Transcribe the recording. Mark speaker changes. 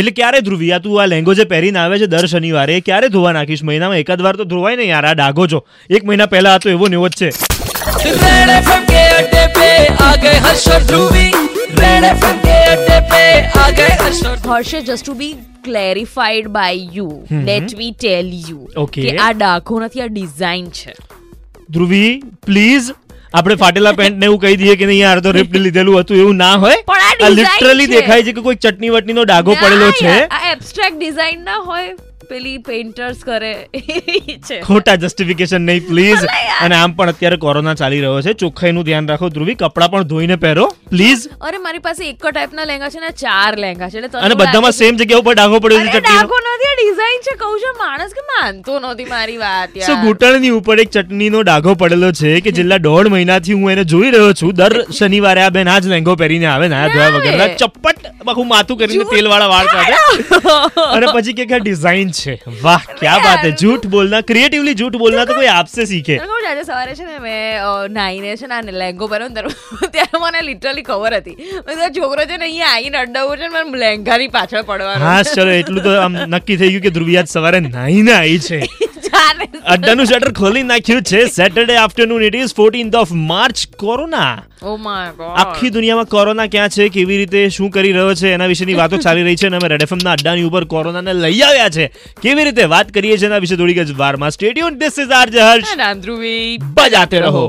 Speaker 1: એટલે ક્યારે ધ્રુવી આ તું આ લેંગો જે પહેરીને આવે છે દર શનિવારે એ ક્યારે ધોવા નાખીશ મહિનામાં એકાદ વાર તો ધોવાય ને યાર આ ડાઘો છો એક મહિના પહેલા હતો એવો ને એવો જ છે
Speaker 2: रेड एफएम के अड्डे पे आ गए हर्ष और ध्रुवी रेड एफएम के अड्डे पे आ गए हर्ष और
Speaker 3: હર્ષે just to be clarified by you let me tell you
Speaker 1: Okay.
Speaker 3: કે આ ડાઘો નથી આ ડિઝાઇન છે
Speaker 1: ધ્રુવી પ્લીઝ આપણે ફાટેલા પેન્ટ ને એવું કહી દઈએ કે નહીં યાર આ તો ripped લીધેલું હતું એવું ના હોય
Speaker 3: પણ આ design
Speaker 1: લિટરલી
Speaker 3: છે.
Speaker 1: દેખાય છે કે કોઈ ચટણી વટણીનો ડાઘો પડેલો
Speaker 3: ના
Speaker 1: છે
Speaker 3: યાર, આ એબ્સ્ટ્રેક્ટ ડિઝાઇન ના હોય પેલી પેઇન્ટર્સ કરે એ છે
Speaker 1: ખોટા જસ્ટિફિકેશન નહીં પ્લીઝ
Speaker 3: ભલે યાર.
Speaker 1: અને આમ પણ અત્યારે કોરોના ચાલી રહ્યો છે ચોખ્ખાઈનું ધ્યાન રાખો ધ્રુવી કપડાં પણ ધોઈને પહેરો પ્લીઝ
Speaker 3: અરે મારી પાસે એક ટાઈપના લહેંગા છે ને ચાર લહેંગા છે એટલે તને
Speaker 1: અને
Speaker 3: એવું
Speaker 1: બધામાં
Speaker 3: લાગે
Speaker 1: સેમ જગ્યા ઉપર ડાઘો પડ્યો
Speaker 3: છે-
Speaker 1: છે
Speaker 3: અરે
Speaker 1: ચટણીનો
Speaker 3: ડાઘો નથી આ ડિઝાઇન છે કહું છું માણસ કે માનતો નથી મારી વાત
Speaker 1: સો
Speaker 3: યાર
Speaker 1: ઘૂંટણની ઉપર એક ચટણીનો ડાઘો પડેલો છે કે છેલ્લા દોઢ મહિનાથી હું એને જોઈ રહ્યો છું દર શનિવારે આ બેન આ જ લહેંગો પહેરીને આવે ને આ
Speaker 3: ના
Speaker 1: ધોયા વગરના
Speaker 3: આવે.
Speaker 1: ચપટ આખું માથું કરીને તેલવાળા વાળ કાઢે અને પછી કે ડિઝાઇન છે વાહ ક્યાં વાત હે જૂઠ બોલના ક્રિએટિવલી જૂઠ બોલના તો કોઈ આપશે શીખે
Speaker 3: તને ખબર છે, આજે સવારે છે ને મેં અ, નાહીને છે ને આ લેંગો પહેર્યો ને ત્યારે- ત્યારે મને લિટરલી ખબર હતી મેં કીધું, આ છોકરો છે ને અહીંયા આવીને અડ્ડાવું છે ને મને લેંગાની પાછળ પડવાનો
Speaker 1: હા ચલો એટલું તો આમ નક્કી થઈ ગયું કે ધ્રુવિયાજ સવારે નાહીને આવી છે
Speaker 3: જાને
Speaker 1: અડ્ડાનું શટર ખોલી નાખ્યું છે Saturday afternoon it is fourteenth of March corona
Speaker 3: oh my God
Speaker 1: આખી દુનિયામાં કોરોના ક્યાં છે કેવી રીતે શું કરી રહ્યો છે એના વિશેની વાતો ચાલી રહી છે અને અમે રેડ એફએમના અડ્ડાની ઉપર કોરોનાને લઈ આવ્યા છે કેવી રીતે વાત કરીએ છીએ એના વિશે થોડીક જ વારમાં સ્ટેડિયમ ધીસ ઇઝ આર જહર્ષ
Speaker 3: નામ ધ્રુવી
Speaker 1: બજાતે રહો